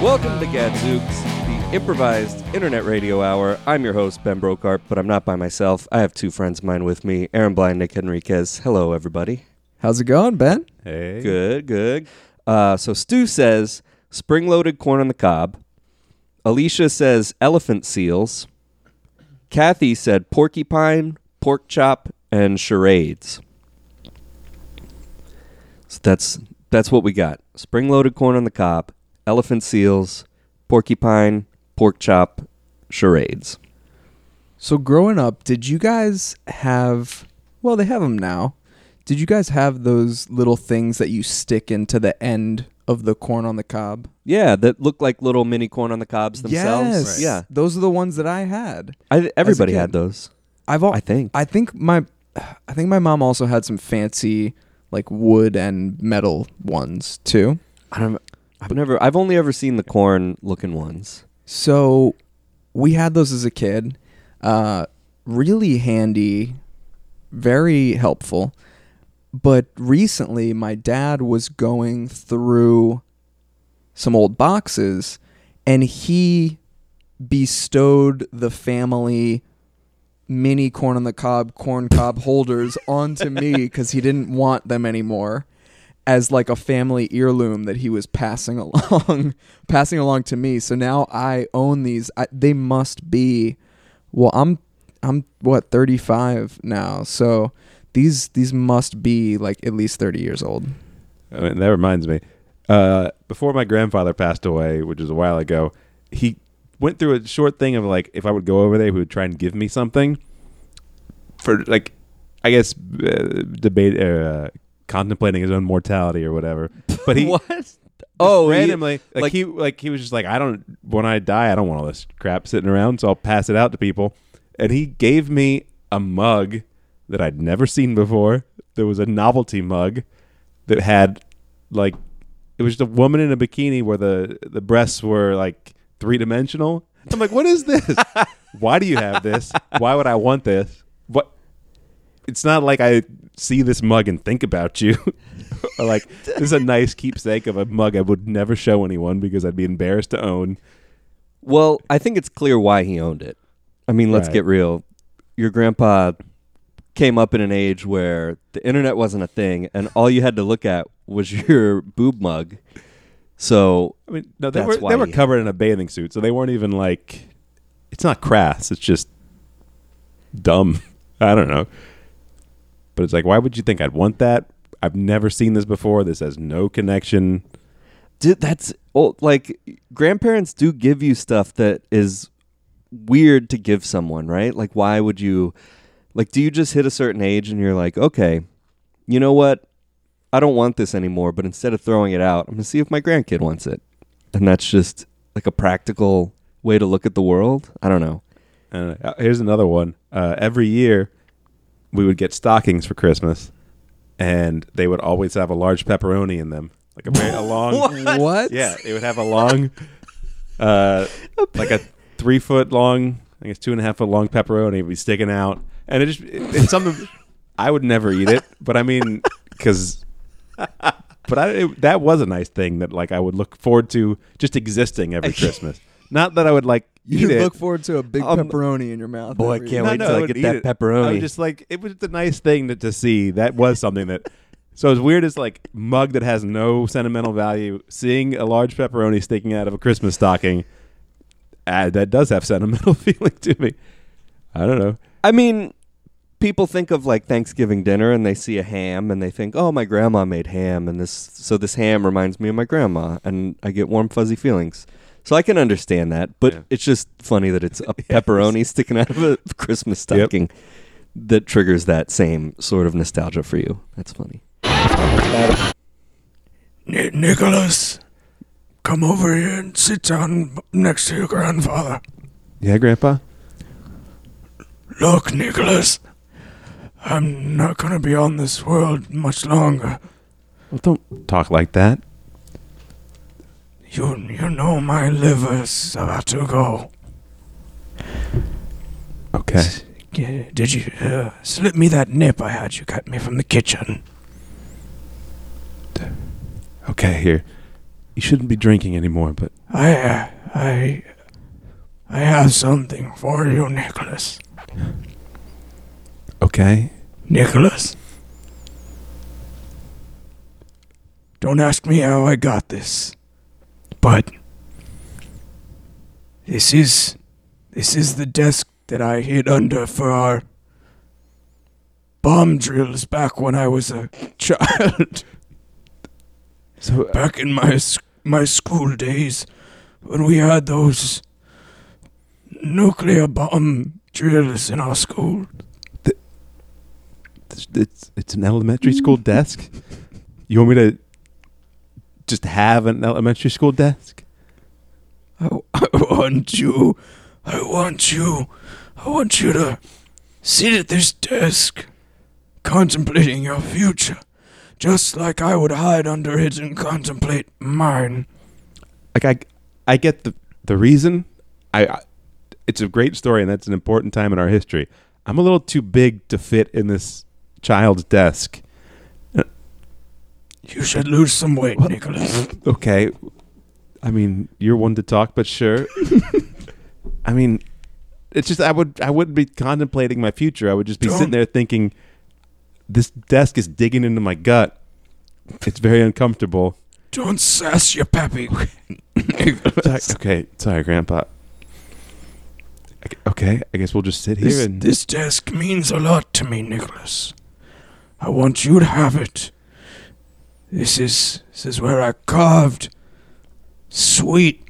Welcome to Gadzooks, the improvised internet radio hour. I'm your host, Ben Brokart, but I'm not by myself. I have two friends of mine with me, Aaron Blind, Nick Henriquez. Hello, everybody. How's it going, Ben? Hey. Good, good. Uh, so Stu says spring loaded corn on the cob. Alicia says elephant seals. Kathy said porcupine, pork chop, and charades. So that's that's what we got. Spring loaded corn on the cob, elephant seals, porcupine, pork chop, charades. So, growing up, did you guys have, well, they have them now. Did you guys have those little things that you stick into the end of the corn on the cob? Yeah, that look like little mini corn on the cobs themselves. Yes. Yeah, Those are the ones that I had. I, everybody kid. had those. I've al- I think. I think my I think my mom also had some fancy like wood and metal ones too. I don't. I've never. I've only ever seen the corn looking ones. So we had those as a kid. Uh, really handy, very helpful. But recently, my dad was going through some old boxes and he bestowed the family mini corn on the cob corn cob holders onto me because he didn't want them anymore as like a family heirloom that he was passing along passing along to me so now i own these I, they must be well i'm i'm what 35 now so these these must be like at least 30 years old I mean, that reminds me. Uh, before my grandfather passed away, which is a while ago, he went through a short thing of like, if I would go over there, he would try and give me something for like, I guess uh, debate uh, contemplating his own mortality or whatever. But he what? Oh, he- randomly like, like- he like he was just like, I don't when I die, I don't want all this crap sitting around, so I'll pass it out to people. And he gave me a mug that I'd never seen before. There was a novelty mug that had like it was just a woman in a bikini where the the breasts were like three dimensional. I'm like, what is this? Why do you have this? Why would I want this? What? It's not like I see this mug and think about you. or like this is a nice keepsake of a mug I would never show anyone because I'd be embarrassed to own. Well, I think it's clear why he owned it. I mean, let's Right. get real. Your grandpa came up in an age where the internet wasn't a thing, and all you had to look at was your boob mug. So I mean, no, they That's were why they were he- covered in a bathing suit, so they weren't even like. It's not crass. It's just dumb. I don't know. But it's like, why would you think I'd want that? I've never seen this before. This has no connection. Dude, that's oh, like grandparents do give you stuff that is weird to give someone, right? Like, why would you? Like, do you just hit a certain age and you're like, okay, you know what? I don't want this anymore. But instead of throwing it out, I'm gonna see if my grandkid wants it, and that's just like a practical way to look at the world. I don't know. Uh, here's another one. Uh, every year, we would get stockings for Christmas, and they would always have a large pepperoni in them, like a, very- a long. what, Yeah, it would have a long, uh, like a three foot long, I guess two and a half foot long pepperoni would be sticking out, and it just it, it's something I would never eat it, but I mean, because. But I, it, that was a nice thing that like I would look forward to just existing every Christmas. Not that I would like eat you it. look forward to a big Um, pepperoni in your mouth boy, I every can't year. wait till I would get eat that it. I pepperoni. was just like, it was the nice thing to, to see. That was something that. So as weird as like mug that has no sentimental value, seeing a large pepperoni sticking out of a Christmas stocking, uh, that does have sentimental feeling to me. I don't know. I mean, people think of like Thanksgiving dinner and they see a ham and they think, "Oh, my grandma made ham and this so this ham reminds me of my grandma and I get warm fuzzy feelings." So I can understand that, but Yeah. it's just funny that it's a pepperoni sticking out of a Christmas Yep. stocking that triggers that same sort of nostalgia for you. That's funny. Nicholas, come over here and sit down next to your grandfather. Yeah, Grandpa. Look, Nicholas, I'm not gonna be on this world much longer. Well, don't talk like that. You, you know my liver's about to go. Okay. Yeah, Did you uh, slip me that nip I had you got me from the kitchen? Okay. Here, you shouldn't be drinking anymore, but I, uh, I, I have something for you, Nicholas. okay. Nicholas. Don't ask me how I got this, but this is this is the desk that I hid under for our bomb drills back when I was a child. So uh, back in my s- my school days when we had those nuclear bomb drills in our school. it's, it's it's an elementary school desk. You want me to just have an elementary school desk? I, I want you. I want you. I want you to sit at this desk, contemplating your future, just like I would hide under it and contemplate mine. like I, I get the the reason. I, I, it's a great story, and that's an important time in our history. I'm a little too big to fit in this child's desk. You should lose some weight, What? Nicholas. Okay, I mean you're one to talk, but sure. I mean, it's just I would I wouldn't be contemplating my future. I would just be Don't- sitting there thinking, this desk is digging into my gut. It's very uncomfortable. Don't sass your pappy. Sorry- okay, sorry, Grandpa. Okay, I guess we'll just sit here This, and this desk means a lot to me, Nicholas. I want you to have it. This is this is where I carved sweet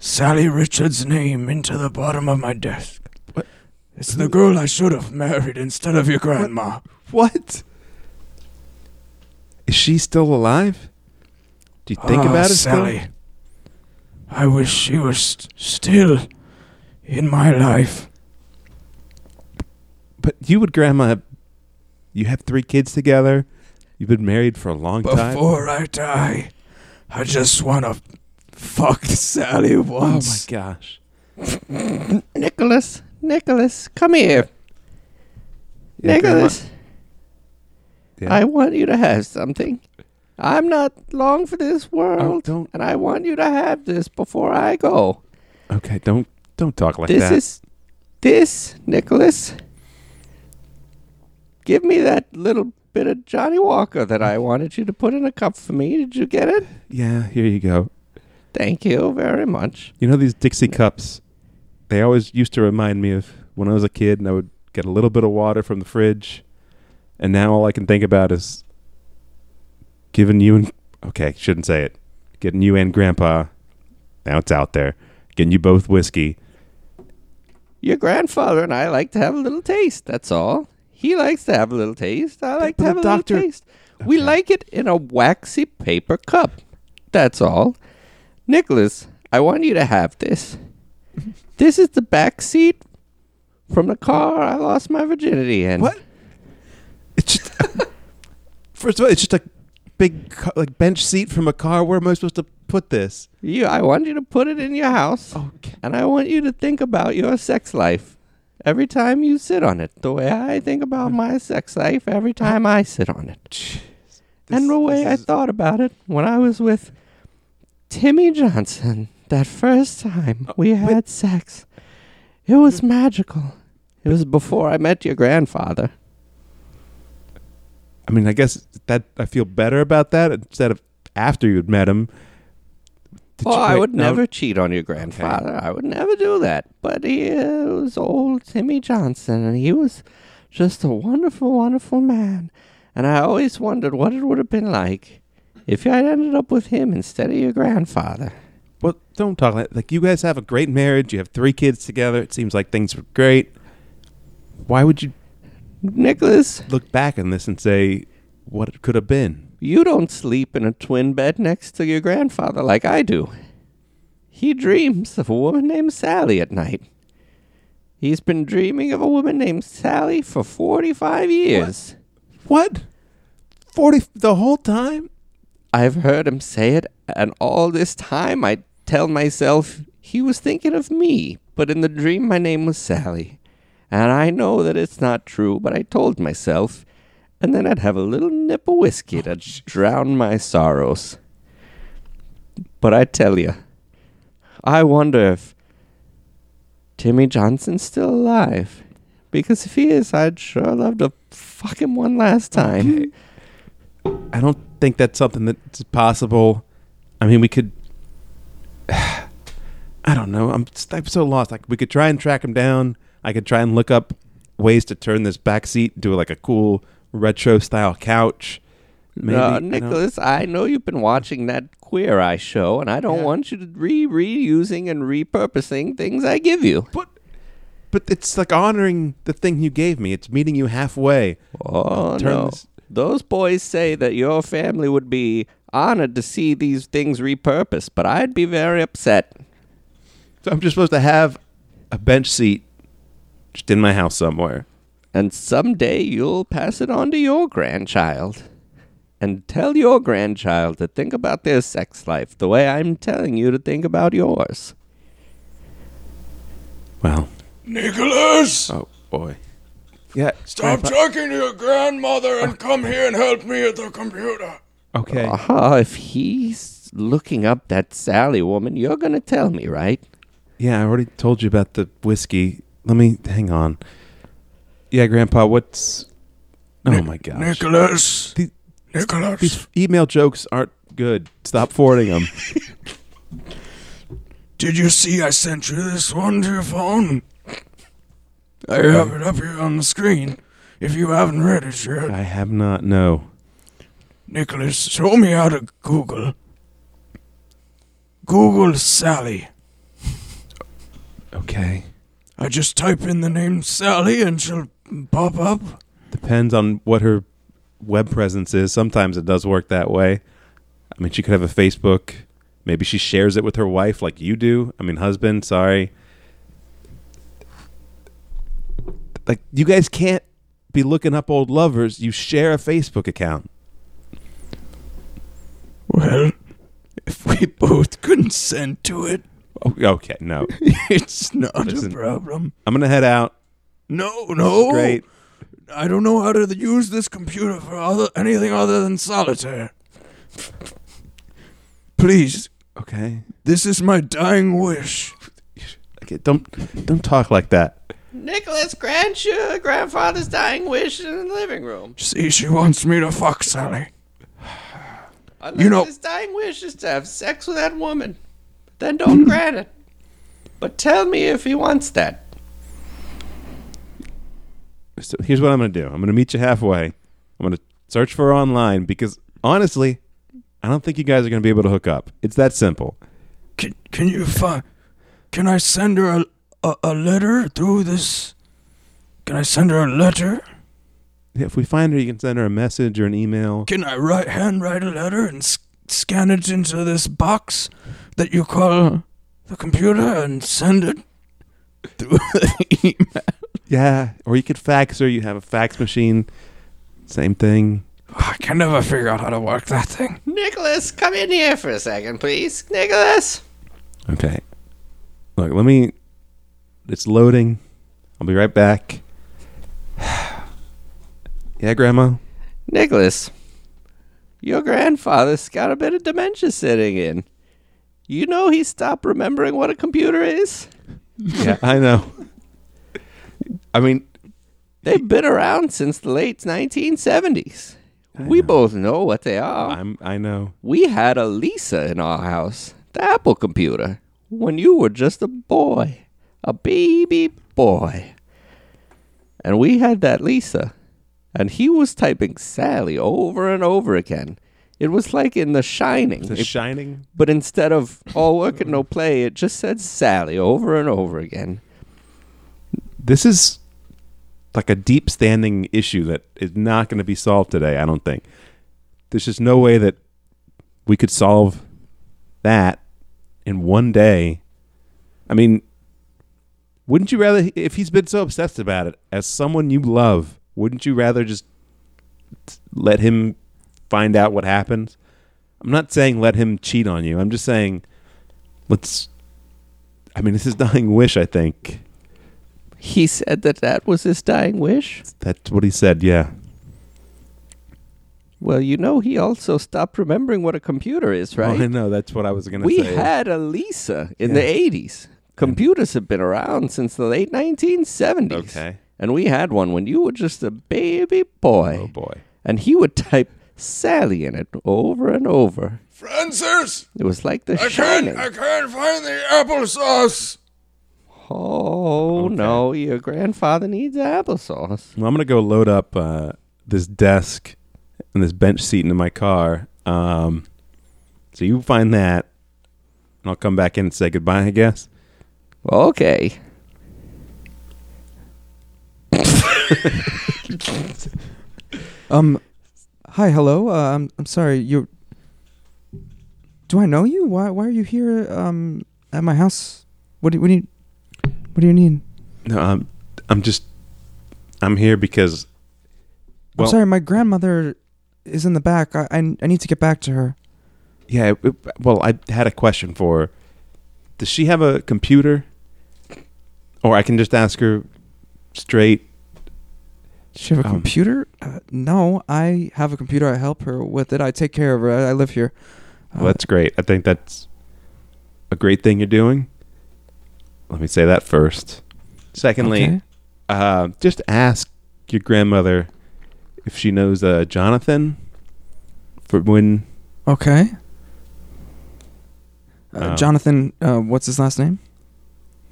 Sally Richards' name into the bottom of my desk. What? It's the girl I should have married instead of your grandma. What? Is she still alive? Do you think Ah, about it, Sally. Still? I wish she was st- still in my life. But you would, Grandma. have- You have three kids together. You've been married for a long time. Before I die, I just want to fuck Sally Oh once. my gosh! Nicholas, Nicholas, come here. Yeah, Nicholas, Grandma- yeah. I want you to have something. I'm not long for this Oh, world, don't. and I want you to have this before I go. Okay, don't don't talk like this that. is this, Nicholas. Give me that little bit of Johnny Walker that I wanted you to put in a cup for me. Did you get it? yeah, here you go. Thank you very much. You know these Dixie cups? They always used to remind me of when I was a kid and I would get a little bit of water from the fridge. And now all I can think about is giving you and okay, shouldn't say it. Getting you and grandpa. Now it's out there. Getting you both whiskey. Your grandfather and I like to have a little taste. That's all. He likes to have a little taste. I like to but the have a doctor- little taste. We Okay. like it in a waxy paper cup. That's all. Nicholas, I want you to have this. this is the back seat from the car I lost my virginity in. What? It's just First of all, it's just a big ca- like bench seat from a car. Where am I supposed to put this? You, I want you to put it in your house, Okay. and I want you to think about your sex life every time you sit on it. The way I think about my sex life every time I sit on it. and the way I thought about it when I was with Timmy Johnson that first time we had sex. It was magical. It was before I met your grandfather. I mean, I guess that I feel better about that instead of after you had met him. Did Oh, you- I wait, would no, never cheat on your grandfather. I would never do that. But he uh, was old Timmy Johnson, and he was just a wonderful, wonderful man. And I always wondered what it would have been like if I had ended up with him instead of your grandfather. Well, don't talk like like you guys have a great marriage. You have three kids together. It seems like things were great. Why would you Nicholas, look back on this and say what it could have been? you don't sleep in a twin bed next to your grandfather like I do. He dreams of a woman named Sally at night. He's been dreaming of a woman named Sally for 45 years. What? Forty the whole time? I've heard him say it, and all this time I tell myself he was thinking of me, but in the dream my name was Sally. And I know that it's not true, but I told myself, and then I'd have a little nip of whiskey to drown my sorrows. But I tell you, I wonder if Timmy Johnson's still alive. Because if he is, I'd sure love to fuck him one last time. I don't think that's something that's possible. I mean, we could. I don't know. I'm, s- I'm so lost. Like, we could try and track him down. I could try and look up ways to turn this back seat, do like a cool retro style couch. Maybe. Uh, I don't- Nicholas, I know you've been watching that Queer Eye show, and I don't want you to re reusing and repurposing things I give you. But, but it's like honoring the thing you gave me. It's meeting you halfway. Oh, I'll turn no. this- Those boys say that your family would be honored to see these things repurposed, but I'd be very upset. So I'm just supposed to have a bench seat just in my house somewhere. And someday you'll pass it on to your grandchild. And tell your grandchild to think about their sex life the way I'm telling you to think about yours. Well, Nicholas! oh boy. Yeah. Stop talking to your grandmother Uh, and come here and help me at the computer. Okay. Aha, Uh-huh, if he's looking up that Sally woman, you're going to tell me, right? Yeah, I already told you about the whiskey. Let me hang on. Yeah, Grandpa, what's? Oh my gosh, uh, Nicholas! The- Nicholas! these email jokes aren't good. Stop forwarding them. Did you see I sent you this one to your phone? I have it up here on the screen. If you haven't read it yet, I have not. No. Nicholas, show me how to Google. Google Sally. Okay. I just type in the name Sally and she'll pop up. Depends on what her web presence is. Sometimes it does work that way. I mean, she could have a Facebook. Maybe she shares it with her wife, like you do. I mean, husband. Sorry. Like you guys can't be looking up old lovers. You share a Facebook account. Well, if we both consent to it, Oh, okay, no. it's not Listen. a problem. I'm gonna head out. No, This no. is great. I don't know how to use this computer for other, anything other than solitaire. Please, Okay. this is my dying wish. Okay. Don't don't talk like that. Nicholas, grant your grandfather's dying wish in the living room. See, she wants me to fuck Sally. Unless You know- his dying wish is to have sex with that woman, then don't Hmm. grant it. But tell me if he wants that. So here's what I'm gonna do. I'm gonna meet you halfway. I'm gonna search for her online because honestly, I don't think you guys are gonna be able to hook up. It's that simple. Can, can you find? Can I send her a, a, a letter through this? Can I send her a letter? If we find her, you can send her a message or an email. Can I write handwrite a letter and s- scan it into this box that you call the computer and send it? Yeah. Or you could fax her. You have a fax machine. Same thing. I can never figure out how to work that thing. Nicholas, come in here for a second, please. Nicholas! Okay. Look, let me. It's loading. I'll be right back. yeah, Grandma. Nicholas, your grandfather's got a bit of dementia sitting in. You know he stopped remembering what a computer is? Yeah, I know. I mean, They've been around since the late 1970s. We both know what they are. I'm I know. we had a Lisa in our house, the Apple computer, when you were just a boy, a baby boy. And we had that Lisa, and he was typing Sally over and over again. It was like in The Shining, The it- Shining. but instead of all work and no play, it just said Sally over and over again. This is like a deep standing issue that is not going to be solved today. I don't think. There's just no way that we could solve that in one day. I mean, wouldn't you rather if he's been so obsessed about it as someone you love? Wouldn't you rather just let him find out what happens? I'm not saying let him cheat on you. I'm just saying let's. I mean, this is dying wish. I think He said that that was his dying wish. that's what he said. Yeah. Well, you know, he also stopped remembering what a computer is, Oh, right? I know. That's what I was gonna we say. had a Lisa in the 80s. Computers have been around since the late 1970s. Okay. And we had one when you were just a baby boy. oh boy. And he would type Sally in it over and over. Francis, It was like the I shining. can't, I can't find the applesauce. Oh, no, your grandfather needs applesauce. Well, I'm gonna go load up uh, this desk and this bench seat into my car. Um, so you find that, and I'll come back in and say goodbye. I guess. Okay. Um, hi, hello. Uh, I'm I'm sorry. You. Do I know you? Why Why are you here? Um, at my house. What do you, What do you What do you need? No, I'm. I'm just. I'm here because. Well- I'm sorry. My grandmother is in the back. I I, I need to get back to her. Yeah. it- it- well, I had a question for her. Does she have a computer? Or I can just ask her straight. She have a Um, computer? Uh, no, I have a computer. I help her with it. I take care of her. I, I live here. Uh, Well, that's great. I think that's a great thing you're doing. Let me say that first. Secondly, okay. uh, just ask your grandmother if she knows uh, Jonathan for when Okay. Uh, Um, Jonathan, uh, what's his last name?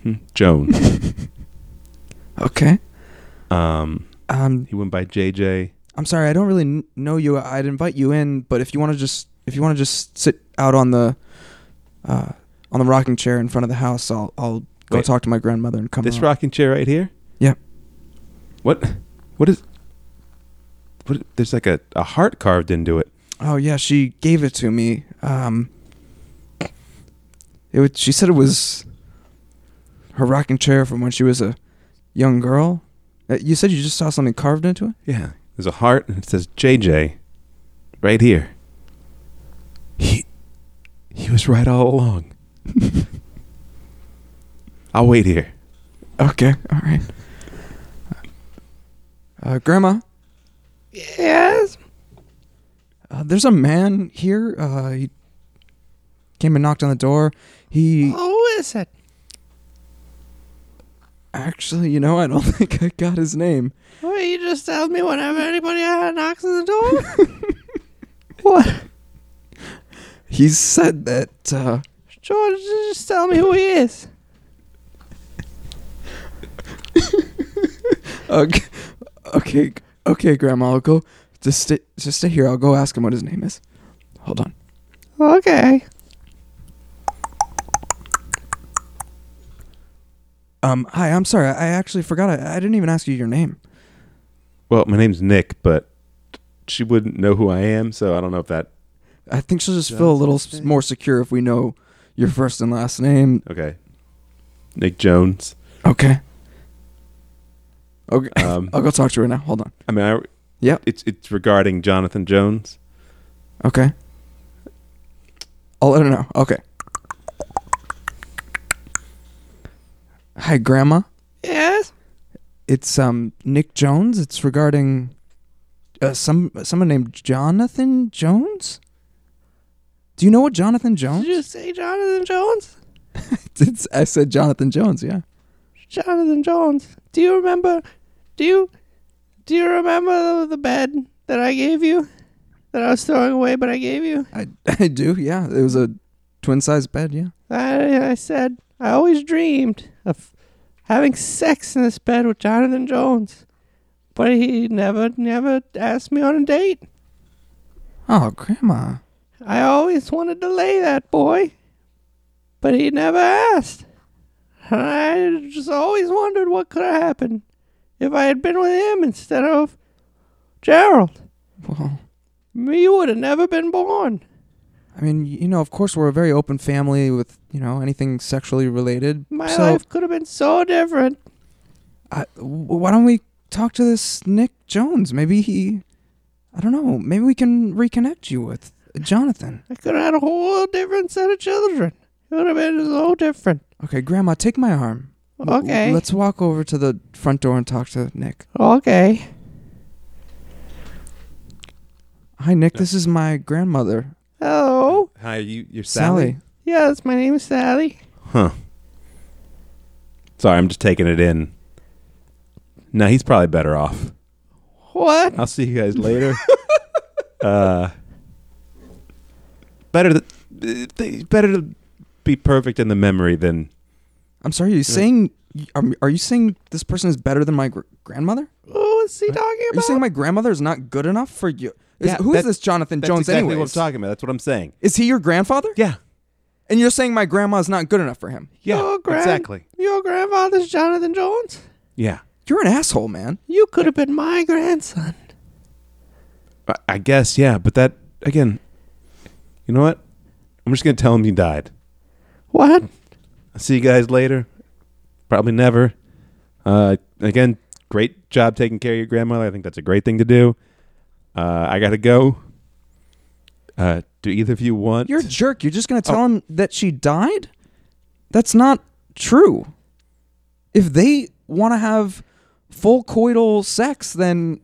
hmm, Joan. Okay. um, Um, he went by JJ. I'm sorry, I don't really kn- know you. I'd invite you in, but if you want to just if you want to just sit out on the uh, on the rocking chair in front of the house, I'll I'll go Wait. talk to my grandmother and come. This out. rocking chair right here. Yep. What? What is? What? There's like a, a heart carved into it. Oh yeah, she gave it to me. Um, it was, she said it was her rocking chair from when she was a young girl. Uh, You said you just saw something carved into it. Yeah. There's a heart and it says JJ, right here. He, he was right all along. I'll wait here. Okay, all right. Uh, Grandma. Yes. Uh, there's a man here. Uh, he came and knocked on the door. He Who Oh, is it? actually, you know, I don't think I got his name. Well, you just tell me whenever anybody knocks on the door. what? He said that. Uh, George, just tell me who he is. Okay, okay, okay, Grandma. I'll go. Just stay, just stay here. I'll go ask him what his name is. Hold on. Okay. Um, hi. I'm sorry. I actually forgot. I, I didn't even ask you your name. Well, my name's Nick, but she wouldn't know who I am, so I don't know if that. I think she'll just feel a little s- more secure if we know your first and last name. Okay. Nick Jones. Okay. Okay. Um, I'll go talk to her now. Hold on. I mean, I, Yep. It's it's regarding Jonathan Jones. Okay. I'll let her know. Okay. Hi, Grandma. Yes. it's um Nick Jones. It's regarding uh, some someone named Jonathan Jones. Do you know what Jonathan Jones? Did you say Jonathan Jones? It's, I said Jonathan Jones. Yeah. Jonathan Jones. Do you remember? Do you do you remember the bed that I gave you? That I was throwing away, but I gave you. I I do. Yeah. It was a twin size bed. Yeah. I, I said I always dreamed of having sex in this bed with Jonathan Jones, but he never never asked me on a date. Oh, Grandma. I always wanted to lay that boy, but he never asked. And I just always wondered what could have happened if I had been with him instead of Gerald. Well, Me would have never been born. I mean, you know, of course, we're a very open family with you know anything sexually related. My so life could have been so different. I, w- why don't we talk to this Nick Jones? Maybe he. I don't know. Maybe we can reconnect you with Jonathan. I could have had a whole different set of children. It would have been so different. Okay, Grandma, take my arm. W- w- Okay. Let's walk over to the front door and talk to Nick. Okay. Hi, Nick. This is my grandmother, Hello. Hi, you, you're Sally. Yes, my name is Sally. Huh. Sorry, I'm just taking it in. No, he's probably better off. What? I'll see you guys later. uh, better th- th- better to be perfect in the memory than I'm sorry. Are you saying? Are, are you saying this person is better than my gr- grandmother? Oh, what's he talking Are you saying my grandmother is not good enough for you? Is, Yeah, who is that- this Jonathan that's Jones? exactly anyways? what I'm talking about. That's what I'm saying. Is he your grandfather? Yeah, And you're saying my grandma's not good enough for him? yeah, Your grand- exactly. Your grandfather's Jonathan Jones? Yeah, You're an asshole, man. You could have been my grandson. I, I guess. Yeah, but that again. You know what? I'm just gonna tell him he died. What? I'll see you guys later. Probably never. Uh, again, great job taking care of your grandmother. I think that's a great thing to do. Uh, I gotta go. Uh, do either of you want? You're a jerk. You're just going to tell Oh. him that she died? That's not true. If they want to have full coital sex, then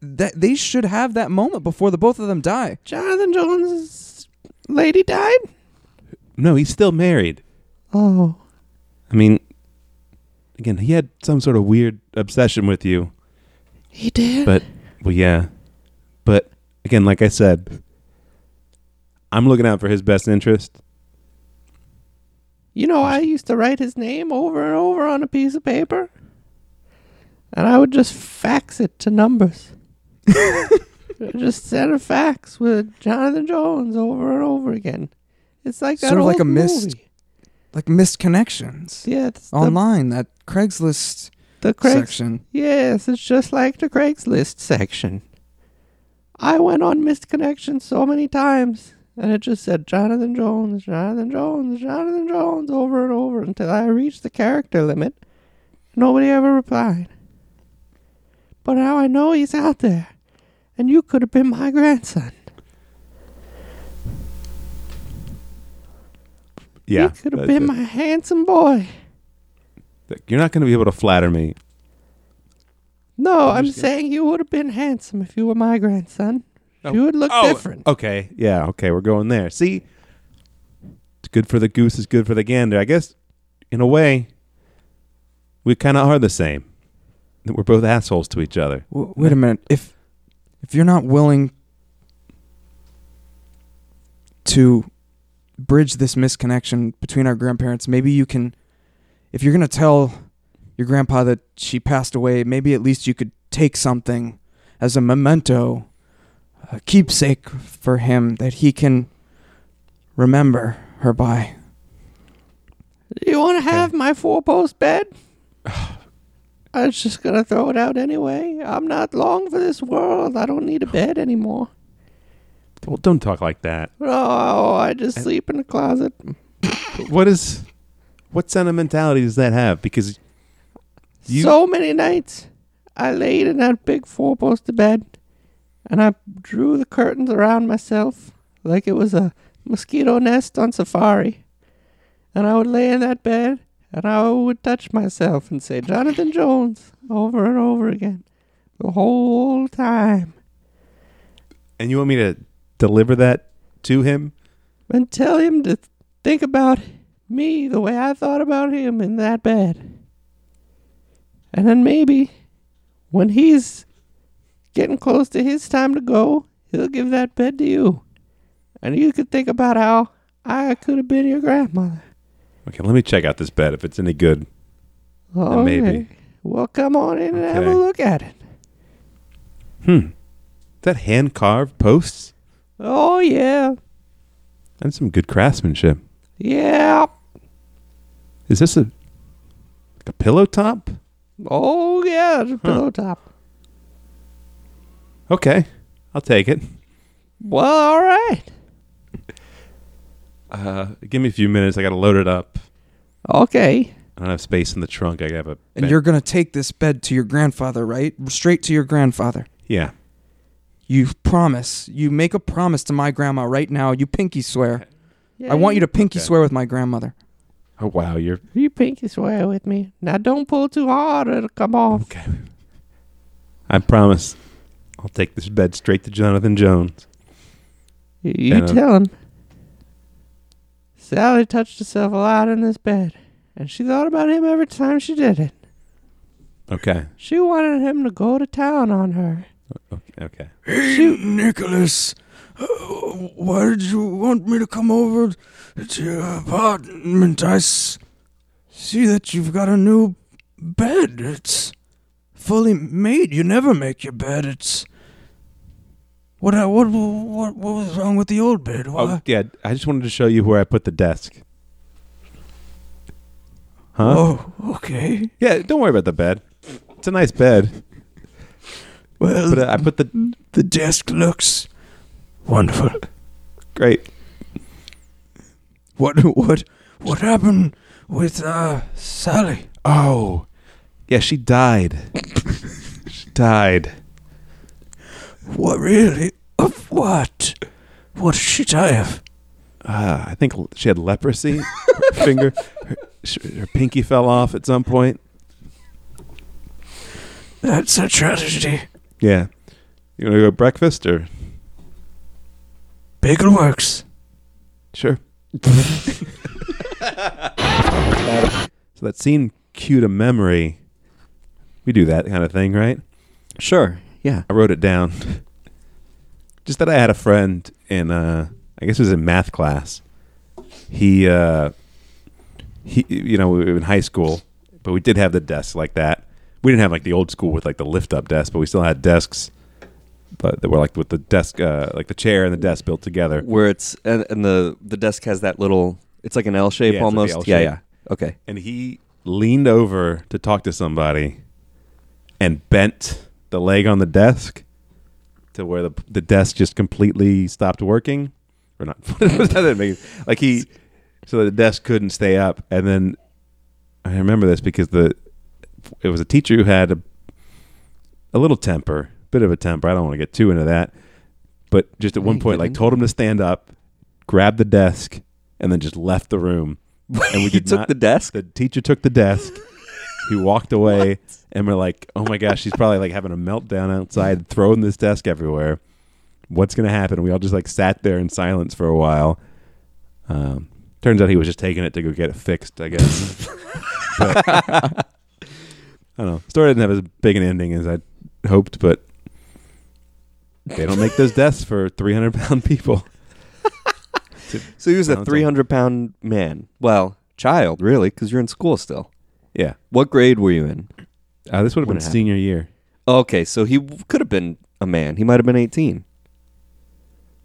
that they should have that moment before the both of them die. Jonathan Jones' lady died? no, he's still married. Oh. I mean, again, he had some sort of weird obsession with you. He did? But well, yeah. But again, like I said, I'm looking out for his best interest. You know, I used to write his name over and over on a piece of paper. And I would just fax it to numbers. I just send a fax with Jonathan Jones over and over again. It's like that Sort of like old a missed- movie. Like missed connections Yeah, it's the, online, that Craigslist the Craigslist. section. Yes, it's just like the Craigslist section. I went on missed connections so many times, and it just said Jonathan Jones, Jonathan Jones, Jonathan Jones over and over until I reached the character limit. Nobody ever replied. But now I know he's out there, and you could have been my grandson. Yeah, you could have But- been my handsome boy. but You're not going to be able to flatter me. No, I'm, saying you would have been handsome if you were my grandson. Oh. You would look different. Okay. Yeah. Okay. We're going there. See, it's good for the goose. It's good for the gander. I guess, in a way, we kind of are the same. That We're both assholes to each other. W- wait a minute. If if you're not willing to bridge this misconnection between our grandparents, maybe you can. If you're gonna tell your grandpa that she passed away, maybe at least you could take something as a memento, a keepsake for him that he can remember her by. You want to have my four post bed? I was just going to throw it out anyway. I'm not long for this world. I don't need a bed anymore. Well, don't talk like that. Oh, I just sleep in the closet. What is, what sentimentality does that have? Because You- so many nights I laid in that big four poster bed and I drew the curtains around myself like it was a mosquito nest on safari. And I would lay in that bed and I would touch myself and say, Jonathan Jones, over and over again. The whole time. and you want me to deliver that to him? And tell him to think about me the way I thought about him in that bed. And then maybe when he's getting close to his time to go, he'll give that bed to you. And you could think about how I could have been your grandmother. Okay, let me check out this bed if it's any good. Okay. maybe. Oh, Well, come on in and have Okay. a look at it. Hmm. Is that hand carved posts? Oh, yeah. That's some good craftsmanship. Yeah. Is this a a pillow top? Oh, yeah. It's a pillow top. Okay, I'll take it. Well, all right. Uh, give me a few minutes. I got to load it up. Okay. I don't have space in the trunk. I have a. And ba- you're gonna take this bed to your grandfather, right? Straight to your grandfather. yeah. You promise. You make a promise to my grandma right now. You pinky swear. I want you to pinky Okay. swear with my grandmother. Oh wow, you're You pinky swear with me. Now don't pull too hard, it'll come off. okay. I promise. I'll take this bed straight to Jonathan Jones. You And, uh, tell him. Sally touched herself a lot in this bed, and she thought about him every time she did it. Okay. She wanted him to go to town on her. Okay. Hey, Nicholas, uh, why did you want me to come over to your apartment? I s- see that you've got a new bed. It's fully made. You never make your bed. It's what? I, what? What? What was wrong with the old bed? Why? Oh, yeah. I just wanted to show you where I put the desk. Huh? Oh, okay. Yeah, don't worry about the bed. It's a nice bed. Well, But uh, I put the the desk looks wonderful. great. What? What? What happened with uh, Sally? Oh. Yeah, she died. she died. What really? Of what? What did she die of? Uh, I think l- she had leprosy. Her finger, her, sh- her pinky fell off at some point. That's a tragedy. Yeah. You want to go breakfast or? Bagel works. Sure. so that scene cue to memory. We do that kind of thing, right? Sure. Yeah. I wrote it down. Just that I had a friend in uh I guess it was in math class. He uh he you know, we were in high school, but we did have the desks like that. We didn't have like the old school with like the lift up desk, but we still had desks but that were like with the desk uh like the chair and the desk built together. Where it's and, and the the desk has that little. It's like an L shape Yeah, it's like the almost. L yeah. shape. Yeah. Okay. and he leaned over to talk to somebody and bent the leg on the desk to where the the desk just completely stopped working or not that didn't make- like he so the desk couldn't stay up and then i remember this because the it was a teacher who had a, a little temper bit of a temper i don't want to get too into that but just at one you point like couldn't. told him to stand up grabbed the desk and then just left the room and we He did took not- the desk. the teacher took the desk. he walked away, and we're like, "Oh my gosh, she's probably like having a meltdown outside, throwing this desk everywhere. What's gonna happen?" We all just like sat there in silence for a while. Um, turns out he was just taking it to go get it fixed, I guess. But- I don't know. Story didn't have as big an ending as I hoped, but they don't make those desks for three hundred pound people. So he was No, a it's a- 300 pound man. Well, child, really, because you're in school still. Yeah, What grade were you in? uh, this would have been When it happened. senior year. Okay, so he w- could have been a man. He might have been 18.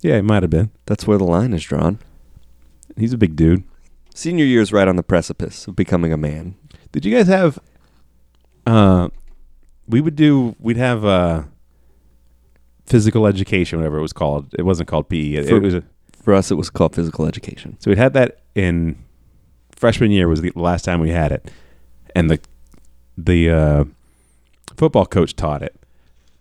Yeah, it might have been. That's where the line is drawn. He's a big dude. Senior year is right on the precipice of becoming a man. Did you guys have uh we would do we'd have uh physical education whatever it was called. It wasn't called PE. It, For- it was a, For us, it was called physical education. so we had that in freshman year was the last time we had it. And the the uh football coach taught it.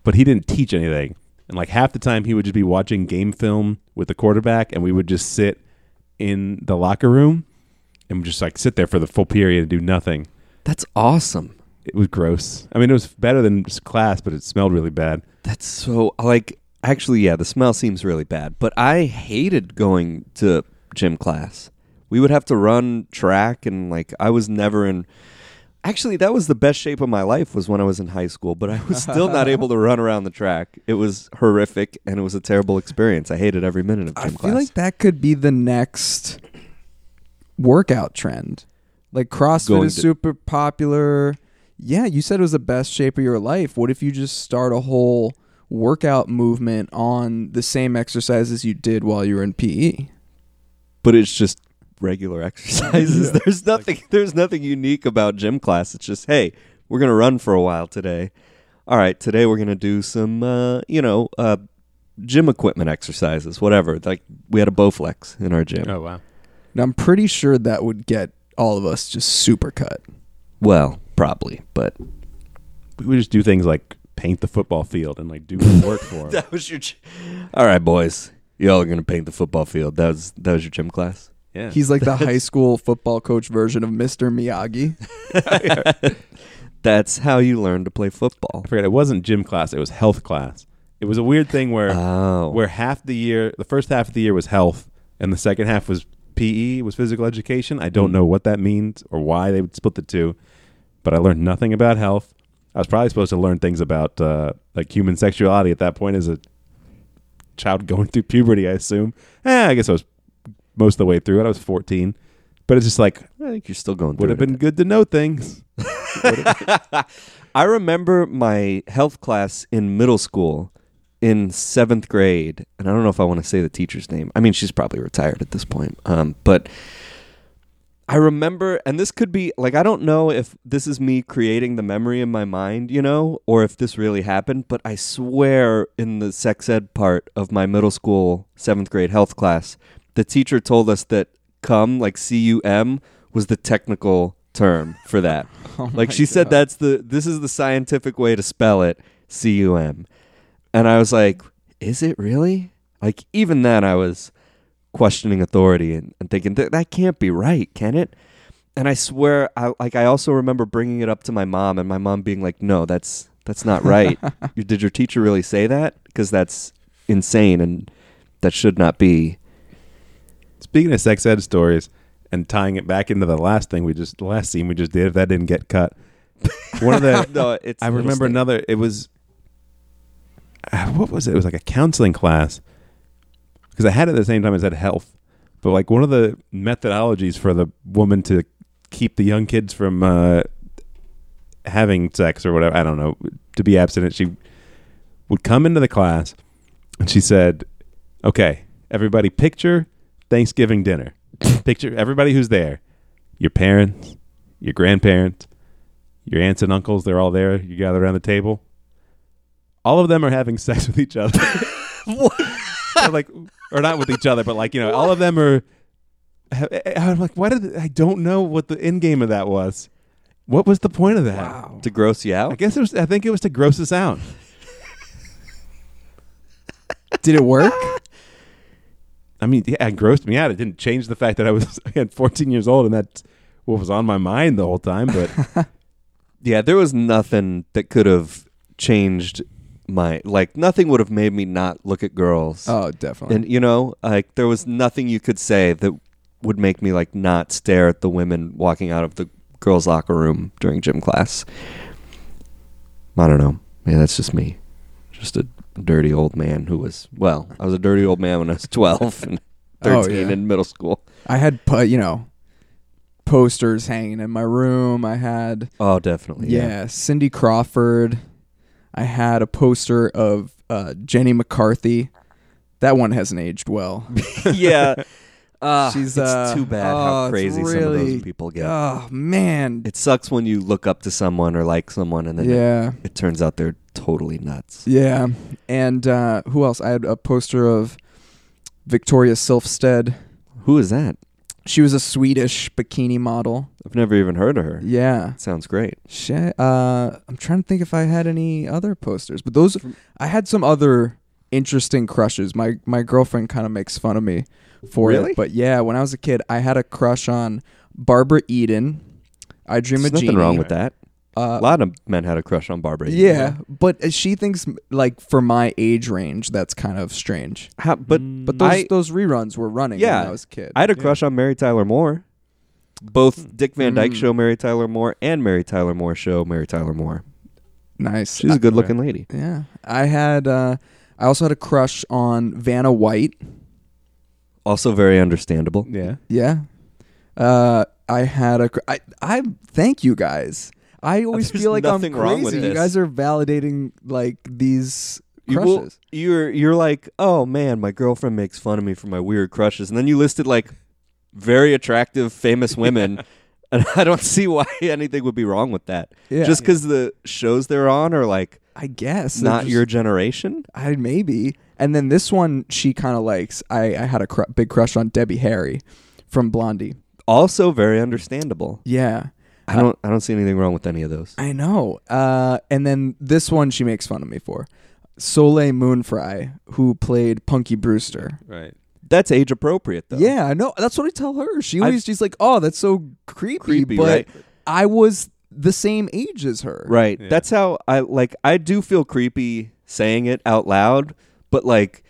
But he didn't teach anything. And like half the time he would just be watching game film with the quarterback and we would just sit in the locker room and just like sit there for the full period and do nothing. That's awesome. It was gross. I mean, it was better than s- class, but it smelled really bad. That's so, like, actually, yeah, the smell seems really bad, but I hated going to gym class. We would have to run track, and, like, I was never in. Actually, that was the best shape of my life was when I was in high school, but I was still not able to run around the track. It was horrific, and it was a terrible experience. I hated every minute of gym I feel class. like that could be the next workout trend. Like CrossFit Going is to- super popular. Yeah, you said it was the best shape of your life. What if you just start a whole workout movement on the same exercises you did while you were in E? PE? but it's just regular exercises. There's nothing there's nothing unique about gym class. It's just, hey, we're going to run for a while today. All right, today we're going to do some uh, you know, uh gym equipment exercises, whatever. Like we had a Bowflex in our gym. wow! And I'm pretty sure that would get all of us just super cut. Well, probably, but We would just do things like paint the football field and like do some work for them. that was your ch- All right, boys. Y'all are going to paint the football field. That was that was your gym class. Yeah, He's like the high school football coach version of Mr. Miyagi. That's how you learn to play football. I forget. It wasn't gym class; it was health class, It was a weird thing where Oh. where half the year, the first half of the year was health, and the second half was PE, was physical education. I don't know what that means or why they would split the two, but I learned nothing about health. I was probably supposed to learn things about uh, like human sexuality at that point as a child going through puberty, I assume. Eh, I guess I was most of the way through it. I was 14. But it's just like, I think you're still going through would have it. been good to know things. I remember my health class in middle school in seventh grade, and I don't know if I want to say the teacher's name. I mean, she's probably retired at this point. Um, but I remember, and this could be like, I don't know if this is me creating the memory in my mind, you know, or if this really happened, but I swear in the sex ed part of my middle school seventh grade health class, the teacher told us that cum, like C U M, was the technical term for that. like she said that's the this is the scientific way to spell it, C U M. And I was like, is it really? Like even then I was questioning authority and, and thinking that that can't be right, can it? And I swear I like I also remember bringing it up to my mom and my mom being like, "No, that's that's not right. You- Did your teacher really say that? Cuz that's insane and that should not be." Speaking of sex ed stories and tying it back into the last thing we just, the last scene we just did, if that didn't get cut. One of the, No, it's I little remember sta- another. It was uh, what was it? It was like a counseling class because I had it at the same time as I had health. But like one of the methodologies for the woman to keep the young kids from uh, having sex or whatever, I don't know, to be abstinent, she would come into the class and she said, "Okay, everybody, picture Thanksgiving dinner. picture everybody who's there, your parents, your grandparents." your aunts and uncles, they're all there. You gather around the table. All of them are having sex with each other. They're like, or not with each other, but like, you know, all of them are. ha- eh, I'm like, why did I don't know what the end game of that was? What was the point of that? to gross you out. I guess it was. I think it was to gross us out. Did it work? I mean, yeah, it grossed me out. It didn't change the fact that I was again 14 years old, and that's what was on my mind the whole time. But yeah, there was nothing that could have changed my like nothing would have made me not look at girls. Oh, definitely. and you know, like there was nothing you could say that would make me like not stare at the women walking out of the girls' locker room during gym class. I don't know. Man, that's just me. Just a dirty old man who was well, I was a dirty old man when I was 12 and 13 Oh, yeah. in middle school. I had, pu- you know, posters hanging in my room. I had Oh, definitely. Yeah. Cindy Crawford. I had a poster of uh, Jenny McCarthy. That one hasn't aged well. yeah. Uh, She's, it's uh, too bad oh, how it's crazy some of really- those people get. oh man, it sucks when you look up to someone or like someone and then it, yeah, it turns out they're totally nuts. yeah. And uh, who else? I had a poster of Victoria Silvstedt. Who is that? She was a Swedish bikini model. I've never even heard of her. Yeah. Sounds great. Shit. Uh, I'm trying to think if I had any other posters, but those I had some other interesting crushes. My my girlfriend kind of makes fun of me for Really? it, but yeah, when I was a kid, I had a crush on Barbara Eden. I dream There's of nothing Jeannie. wrong with that. Uh, a lot of men had a crush on Barbara. Eden. yeah, but uh, she thinks like for my age range, that's kind of strange. How- but But those I- those reruns were running Yeah. when I was a kid. I had a crush on Mary Tyler Moore. Both Dick Van Dyke Mm. show Mary Tyler Moore and Mary Tyler Moore show Mary Tyler Moore. nice. She's a good looking lady. yeah, I had. Uh, I also had a crush on Vanna White. Also very understandable. yeah, Yeah. Uh, I had a. cr- I I thank you guys. I always Uh, There's feel like I'm nothing wrong with crazy. You this. guys are validating like these You crushes. will- you're you're like, oh man, my girlfriend makes fun of me for my weird crushes, and then you listed like very attractive, famous women, and I don't see why anything would be wrong with that. Yeah. Just because the shows they're on are like I guess they're not just- your generation. I maybe. And then this one she kind of likes. I I had a cr- big crush on Debbie Harry from Blondie. Also very understandable. Yeah. I don't I don't see anything wrong with any of those. I know. Uh, and then this one she makes fun of me for. Soleil Moonfry, who played Punky Brewster. right. That's age appropriate though. Yeah, I know. That's what I tell her. She I've- always she's like, "Oh, that's so creepy." Creepy, but right? I was the same age as her. Right. Yeah. That's how I like I do feel creepy saying it out loud, but like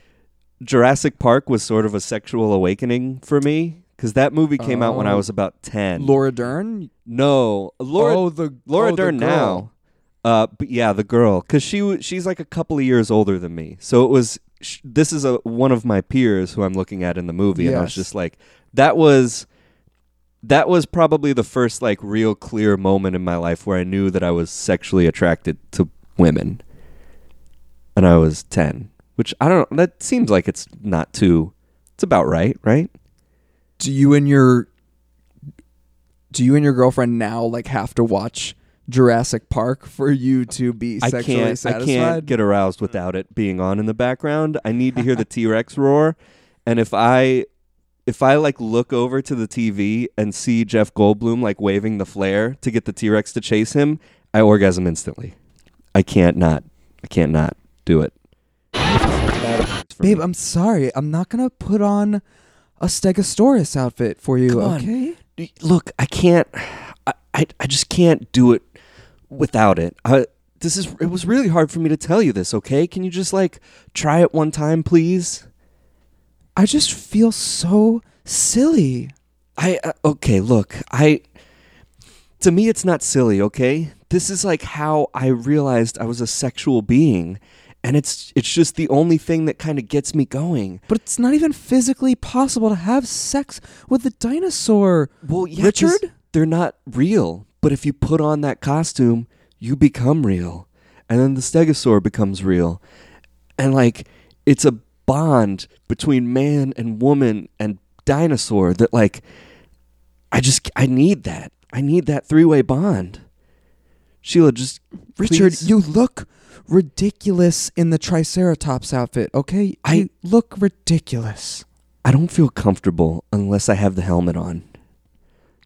Jurassic Park was sort of a sexual awakening for me because that movie came out when I Oh. was about ten. Laura Dern. no, Laura oh, the Laura oh, the Dern girl. now. Uh, but yeah, the girl, because she w- she's like a couple of years older than me. So it was sh- this is a one of my peers who I'm looking at in the movie, and I was Yes. just like, that was that was probably the first like real clear moment in my life where I knew that I was sexually attracted to women, and I was ten, which I don't. That seems like it's not too. It's about right, right? Do you and your do you and your girlfriend now like have to watch Jurassic Park for you to be I sexually can't, satisfied? I can't get aroused without it being on in the background. I need to hear the T Rex roar, and if I if I like look over to the TV and see Jeff Goldblum like waving the flare to get the T Rex to chase him, I orgasm instantly. I can't not. I can't not do it. Babe, I'm sorry. I'm not gonna put on a Stegosaurus outfit for you. on. okay. look, I can't. I, I, I just can't do it without it. I, this is. It was really hard for me to tell you this. Okay, can you just like try it one time, please? I just feel so silly. I uh, okay, look, I to me it's not silly, okay? This is like how I realized I was a sexual being and it's it's just the only thing that kind of gets me going. But it's not even physically possible to have sex with a dinosaur. Well, yeah, 'cause Richard? they're not real, but if you put on that costume, you become real. And then the stegosaur becomes real. And like it's a bond between man and woman and dinosaur that like I just I need that. I need that three-way bond. Sheila just Richard, please. you look ridiculous in the Triceratops outfit, okay? I I- look ridiculous. I don't feel comfortable unless I have the helmet on.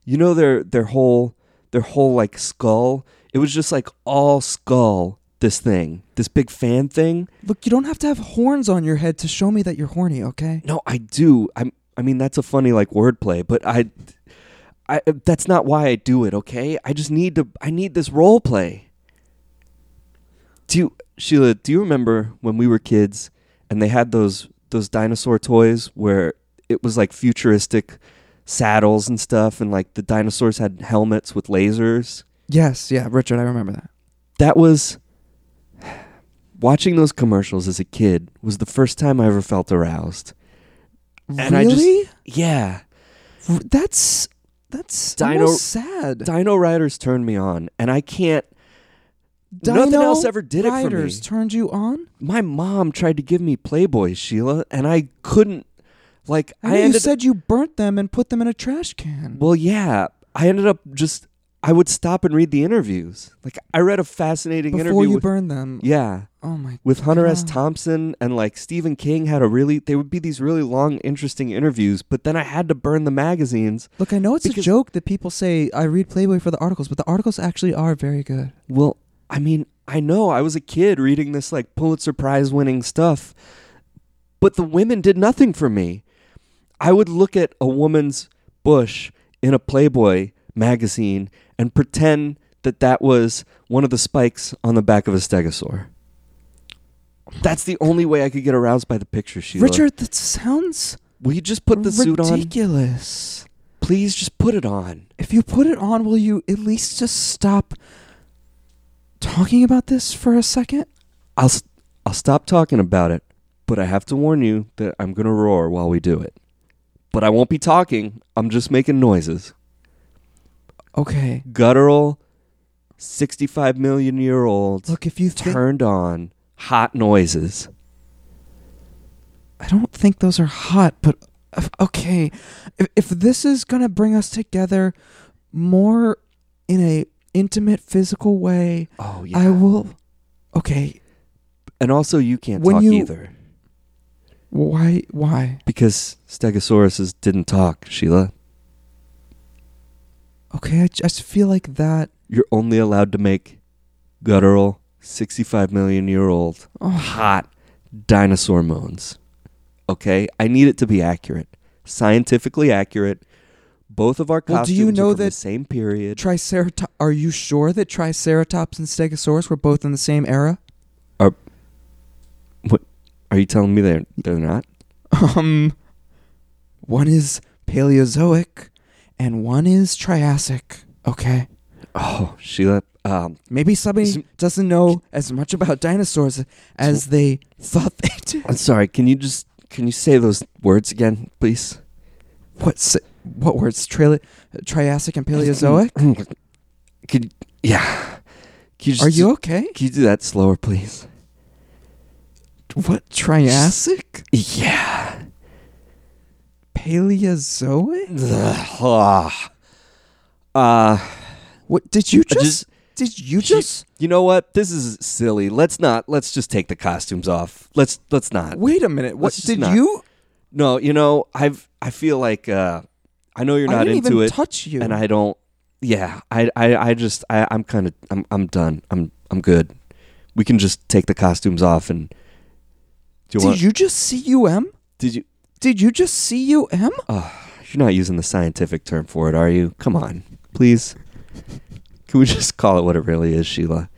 You know their their whole their whole like skull. It was just like all skull. This thing, this big fan thing. Look, you don't have to have horns on your head to show me that you're horny, okay? No, I do. I am I mean that's a funny like wordplay, but I, I that's not why I do it. Okay, I just need to. I need this role play. Do you, Sheila? Do you remember when we were kids and they had those those dinosaur toys where it was like futuristic saddles and stuff, and like the dinosaurs had helmets with lasers. Yes, yeah, Richard, I remember that. That was watching those commercials as a kid was the first time I ever felt aroused. And I just- really? Yeah. R- that's that's Dino- almost sad. Dino Riders turned me on, and I can't. nothing Dino else ever did Riders it for me. turned you on, My mom tried to give me Playboy, Sheila, and I couldn't. Like I, I know you ended. said you burnt them and put them in a trash can. well, yeah, I ended up just. I would stop and read the interviews. Like I read a fascinating before interview. you with, burned them. yeah, Oh my! with Hunter S. God. Thompson and like Stephen King had a really. They would be these really long, interesting interviews, but then I had to burn the magazines. Look, I know it's a Because- joke that people say I read Playboy for the articles, but the articles actually are very good. Well, I mean, I know I was a kid reading this like Pulitzer Prize winning stuff, but the women did nothing for me. I would look at a woman's bush in a Playboy magazine and pretend that that was one of the spikes on the back of a stegosaur. That's the only way I could get aroused by the picture, Sheila. Richard, that sounds will you just put the suit on? ridiculous. Please just put it on. If you put it on, will you at least just stop talking about this for a second? I'll s- I'll stop talking about it, but I have to warn you that I'm gonna roar while we do it. But I won't be talking. I'm just making noises. Okay. Guttural, 65 million year old, Look, if you think turned on, hot noises. I don't think those are hot, but if- okay. If, if this is gonna bring us together more in a intimate, physical way, Oh I will. Okay, and also, you can't When talk you- either why? Why? because Stegosauruses didn't talk. Sheila, Okay, I just feel like that. you're only allowed to make guttural, 65 million year old, Oh, hot dinosaur moans. Okay, I need it to be accurate, scientifically accurate. Both of our Well, costumes do you know are from the that- same period. Triceratops. Are you sure that Triceratops and Stegosaurus were both in the same era? Are you telling me they're they're not? Um, one is Paleozoic, and one is Triassic. Okay, Oh, Sheila. Um, maybe somebody Some- doesn't know as much about dinosaurs as they thought they did. I'm sorry. Can you just can you say those words again, please? What's what words? Trili- Triassic and Paleozoic. Can yeah. Can you just, Are you okay? Can you do that slower, please? What Triassic? Yeah. Paleozoic? Ugh. Uh, What did you just? just- did you She- just? you know what? This is silly. Let's not. Let's just take the costumes off. Let's let's not. wait a minute. What uh, Let's just did not- you? No, you know, I've I feel like uh I know you're I not didn't into even it touch you. and I don't yeah, I I, I just I, I'm kinda I'm I'm done. I'm I'm good. We can just take the costumes off and do you did want you just see UM? did you Did you just see UM? you're not using the scientific term for it, are you? Come on. Please. Can we just call it what it really is, Sheila?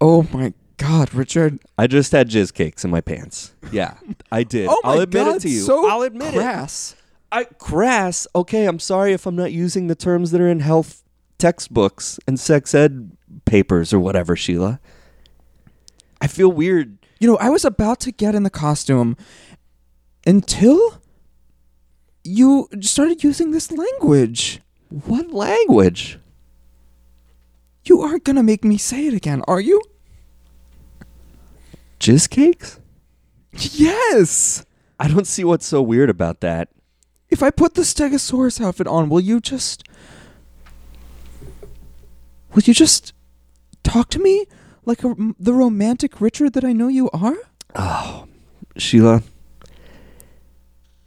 Oh my God, Richard. I just had jizz cakes in my pants. Yeah, I did. Oh my I'll admit God, it to you. so I'll admit it. crass. I crass. Okay, I'm sorry if I'm not using the terms that are in health textbooks and sex ed papers or whatever, Sheila. I feel weird. You know, I was about to get in the costume until you started using this language. What language? You aren't gonna make me say it again, are you? Jizz cakes? Yes. I don't see what's so weird about that. If I put the Stegosaurus outfit on, will you just? Will you just talk to me like a, the romantic Richard that I know you are? Sheila,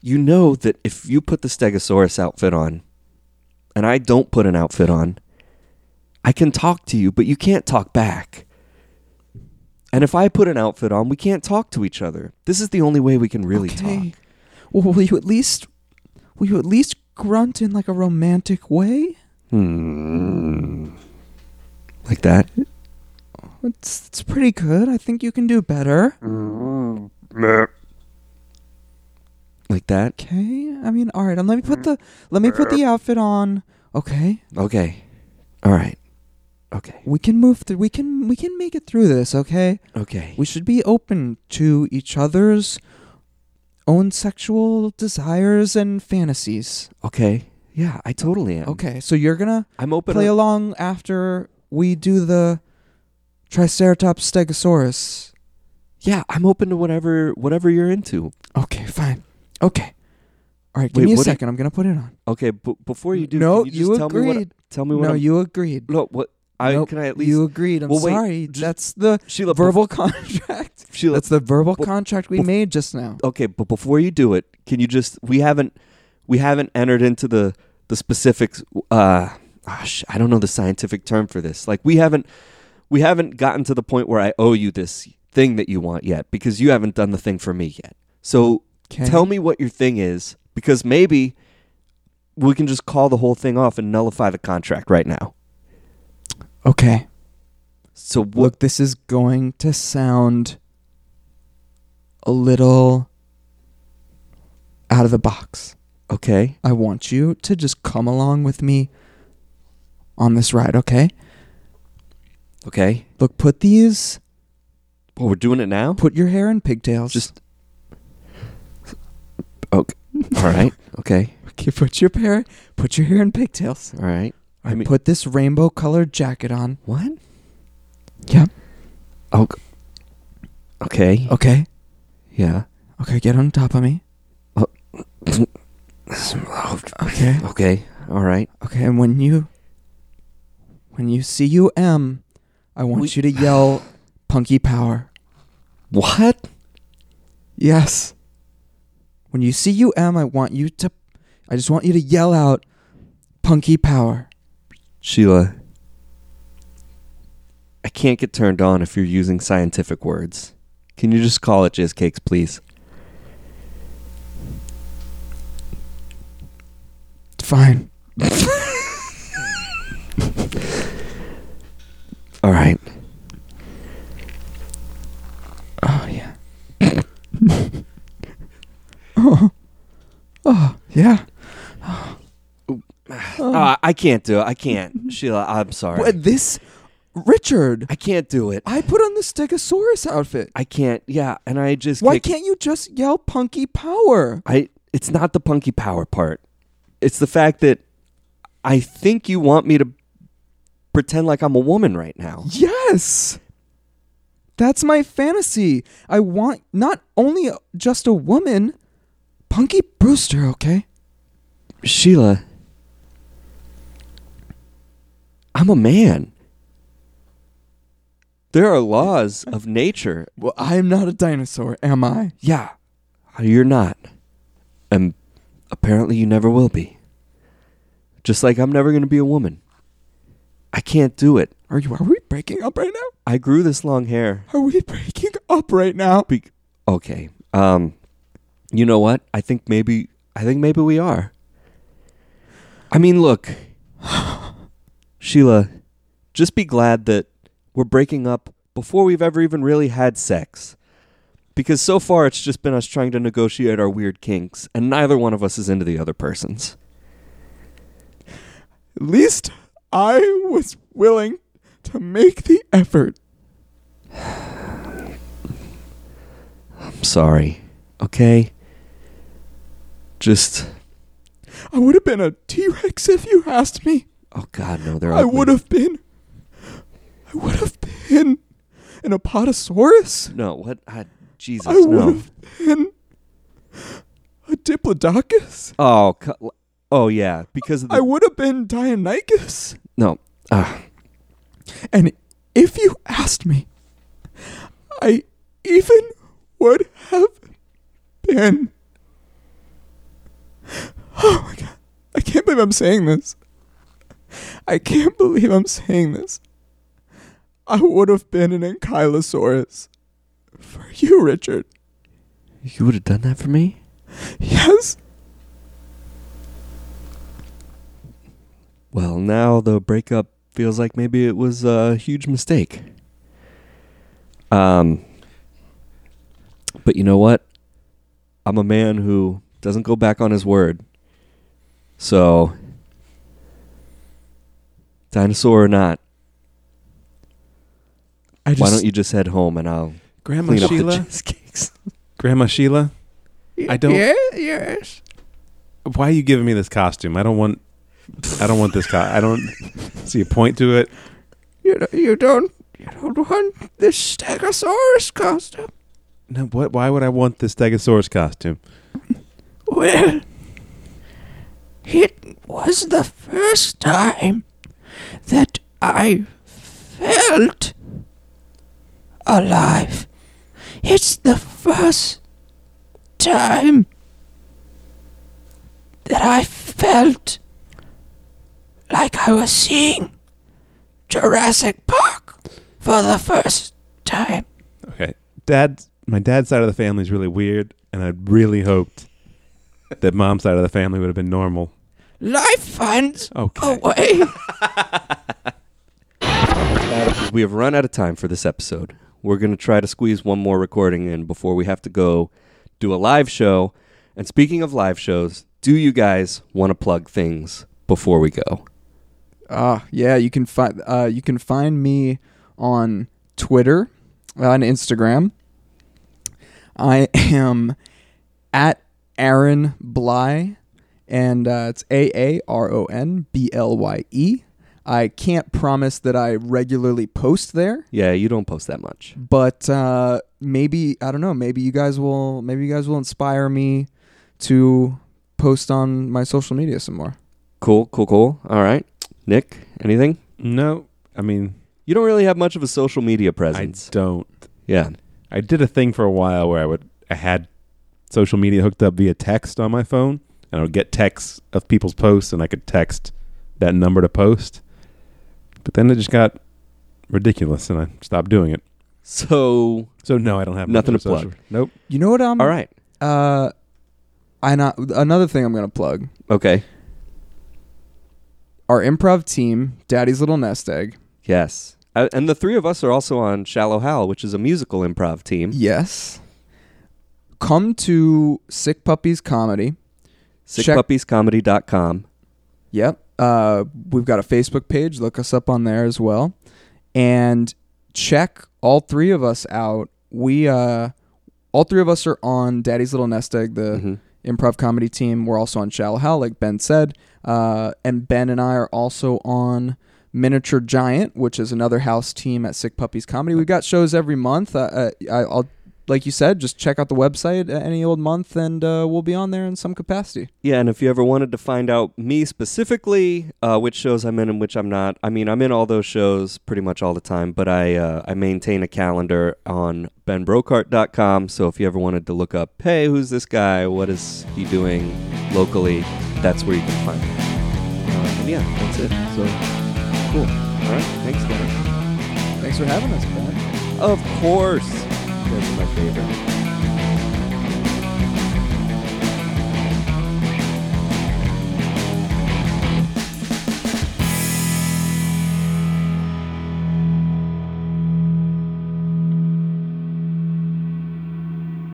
you know that if you put the Stegosaurus outfit on and I don't put an outfit on, I can talk to you, but you can't talk back. And if I put an outfit on, we can't talk to each other. This is the only way we can really talk. Well, will you at least will you at least grunt in like a romantic way? Like that? It's it's pretty good. I think you can do better. Mm. Like that? Okay. I mean, all right. Um, let me Mm. put the let me put the outfit on. Okay. Okay. All right. Okay. We can move through. We can we can make it through this. Okay. Okay. We should be open to each other's own sexual desires and fantasies. Okay. Yeah, I totally am. Okay. So you're gonna I'm open. play along after we do the Triceratops Stegosaurus. yeah, I'm open to whatever whatever you're into. Okay, fine. Okay. All right, give Wait, me a what do you- second. I'm going to put it on. Okay, but before you do, no, can you, just tell agreed. me what tell me what no, I'm you agreed. No, what I Nope, can I at least you agreed. I'm Well, wait, sorry. just- That's the Sheila bef- verbal contract. Sheila. That's the verbal but- contract we but- made just now. okay, but before you do it, can you just we haven't we haven't entered into the the specifics. Uh, ah, sh- I don't know the scientific term for this. Like we haven't we haven't gotten to the point where I owe you this thing that you want yet because you haven't done the thing for me yet. So Okay. tell me what your thing is because maybe we can just call the whole thing off and nullify the contract right now. Okay. So what? Look, this is going to sound a little out of the box. Okay, I want you to just come along with me on this ride, okay? okay. Look, put these, Well, we're doing it now. put your hair in pigtails. Just okay. All right. Okay. Okay, put your hair, put your hair in pigtails. All right. I mean, Put this rainbow colored jacket on. what? Yep. Oh. Okay. Okay. Yeah. Okay, get on top of me. Okay. Okay. All right. Okay, and when you when you see you M, I want We- you to yell punky power. What? Yes. When you see you M, I want you to I just want you to yell out punky power. Sheila. I can't get turned on if you're using scientific words. Can you just call it jizz cakes, please? Fine. All right. yeah. oh. oh, yeah. Uh, I can't do it. I can't, Sheila. I'm sorry. What, this, Richard, I can't do it. I put on the Stegosaurus outfit. I can't. Yeah, and I just Why kicked- can't you just yell punky power? I it's not the punky power part. It's the fact that I think you want me to pretend like I'm a woman right now. Yes. That's my fantasy. I want not only just a woman, Punky Brewster, okay? Sheila, I'm a man. There are laws of nature. Well, I am not a dinosaur, am I? Yeah, you're not. And apparently you never will be. Just like I'm never going to be a woman. I can't do it. Are you are we breaking up right now? I grew this long hair. Are we breaking up right now? Be- okay. Um, you know what? I think maybe I think maybe we are. I mean, look, Sheila, just be glad that we're breaking up before we've ever even really had sex. Because so far it's just been us trying to negotiate our weird kinks, and neither one of us is into the other person's. At least I was willing to make the effort. I'm sorry. Okay? Just I would have been a T-Rex if you asked me. oh god, no, they're I ugly. would have been I would have been an Apatosaurus. No, what I, Jesus, I would no. have been a Diplodocus. Oh, co- oh yeah, because of the I would have been Deinonychus. no. Ah, And if you asked me, I even would have been. Oh my god. I can't believe I'm saying this. I can't believe I'm saying this. I would have been an Ankylosaurus. For you, Richard. you would have done that for me. Yes. Well, now the breakup feels like maybe it was a huge mistake. Um, but you know what? I'm a man who doesn't go back on his word. So, dinosaur or not, I just, why don't you just head home and I'll Grandma clean up the Sheila, cheesecakes? Grandma Sheila, I don't- Yeah, yes. why are you giving me this costume? I don't want. I don't want this. Co- I don't see a point to it. You don't, you don't you don't want this Stegosaurus costume. No, what? Why would I want this Stegosaurus costume? Well, it was the first time that I felt alive. It's the first time that I felt like I was seeing Jurassic Park for the first time. Okay, dad. My dad's side of the family is really weird, and I really hoped that mom's side of the family would have been normal. Life finds Okay. a way. We have run out of time for this episode. We're going to try to squeeze one more recording in before we have to go do a live show. And speaking of live shows, do you guys want to plug things before we go? Ah, yeah, you can find uh, you can find me on Twitter, uh, on Instagram. I am at Aaron Bly, and uh, it's A A R O N B L Y E. I can't promise that I regularly post there, Yeah, you don't post that much. but uh, maybe I don't know. Maybe you guys will. Maybe you guys will inspire me to post on my social media some more. Cool, cool, cool. All right. Nick, anything? No, I mean You don't really have much of a social media I presence. don't. yeah. I did a thing for a while where I would I had social media hooked up via text on my phone, and I would get texts of people's posts, and I could text that number to post. But then it just got ridiculous, and I stopped doing it. So, So no, I don't have much Nothing of to a social- plug. Nope. You know what? I'm all right. Uh, I not another thing I'm gonna plug. Okay. Our improv team, Daddy's Little Nest Egg. Yes. Uh, and the three of us are also on Shallow Hal, which is a musical improv team. Yes. Come to Sick Puppies Comedy. Check- Sickpuppiescomedy.com. Yep. Uh, we've got a Facebook page. Look us up on there as well, and check all three of us out. We uh, all three of us are on Daddy's Little Nest Egg, the Mhm. improv comedy team. We're also on Shallow Hell, like Ben said, uh, and Ben and I are also on Miniature Giant, which is another house team at Sick Puppies Comedy. We've got shows every month. Uh, uh, I, I'll. Like you said, just check out the website at any old month, and uh, we'll be on there in some capacity. Yeah, and if you ever wanted to find out me specifically, uh, which shows I'm in and which I'm not, I mean, I'm in all those shows pretty much all the time, but I uh, I maintain a calendar on benbrocart.com. So if you ever wanted to look up, hey, who's this guy? What is he doing locally? That's where you can find him. Uh, and yeah, that's it. So cool. All right, thanks, guys. Thanks for having us, Ben. Of course, those are my favorite.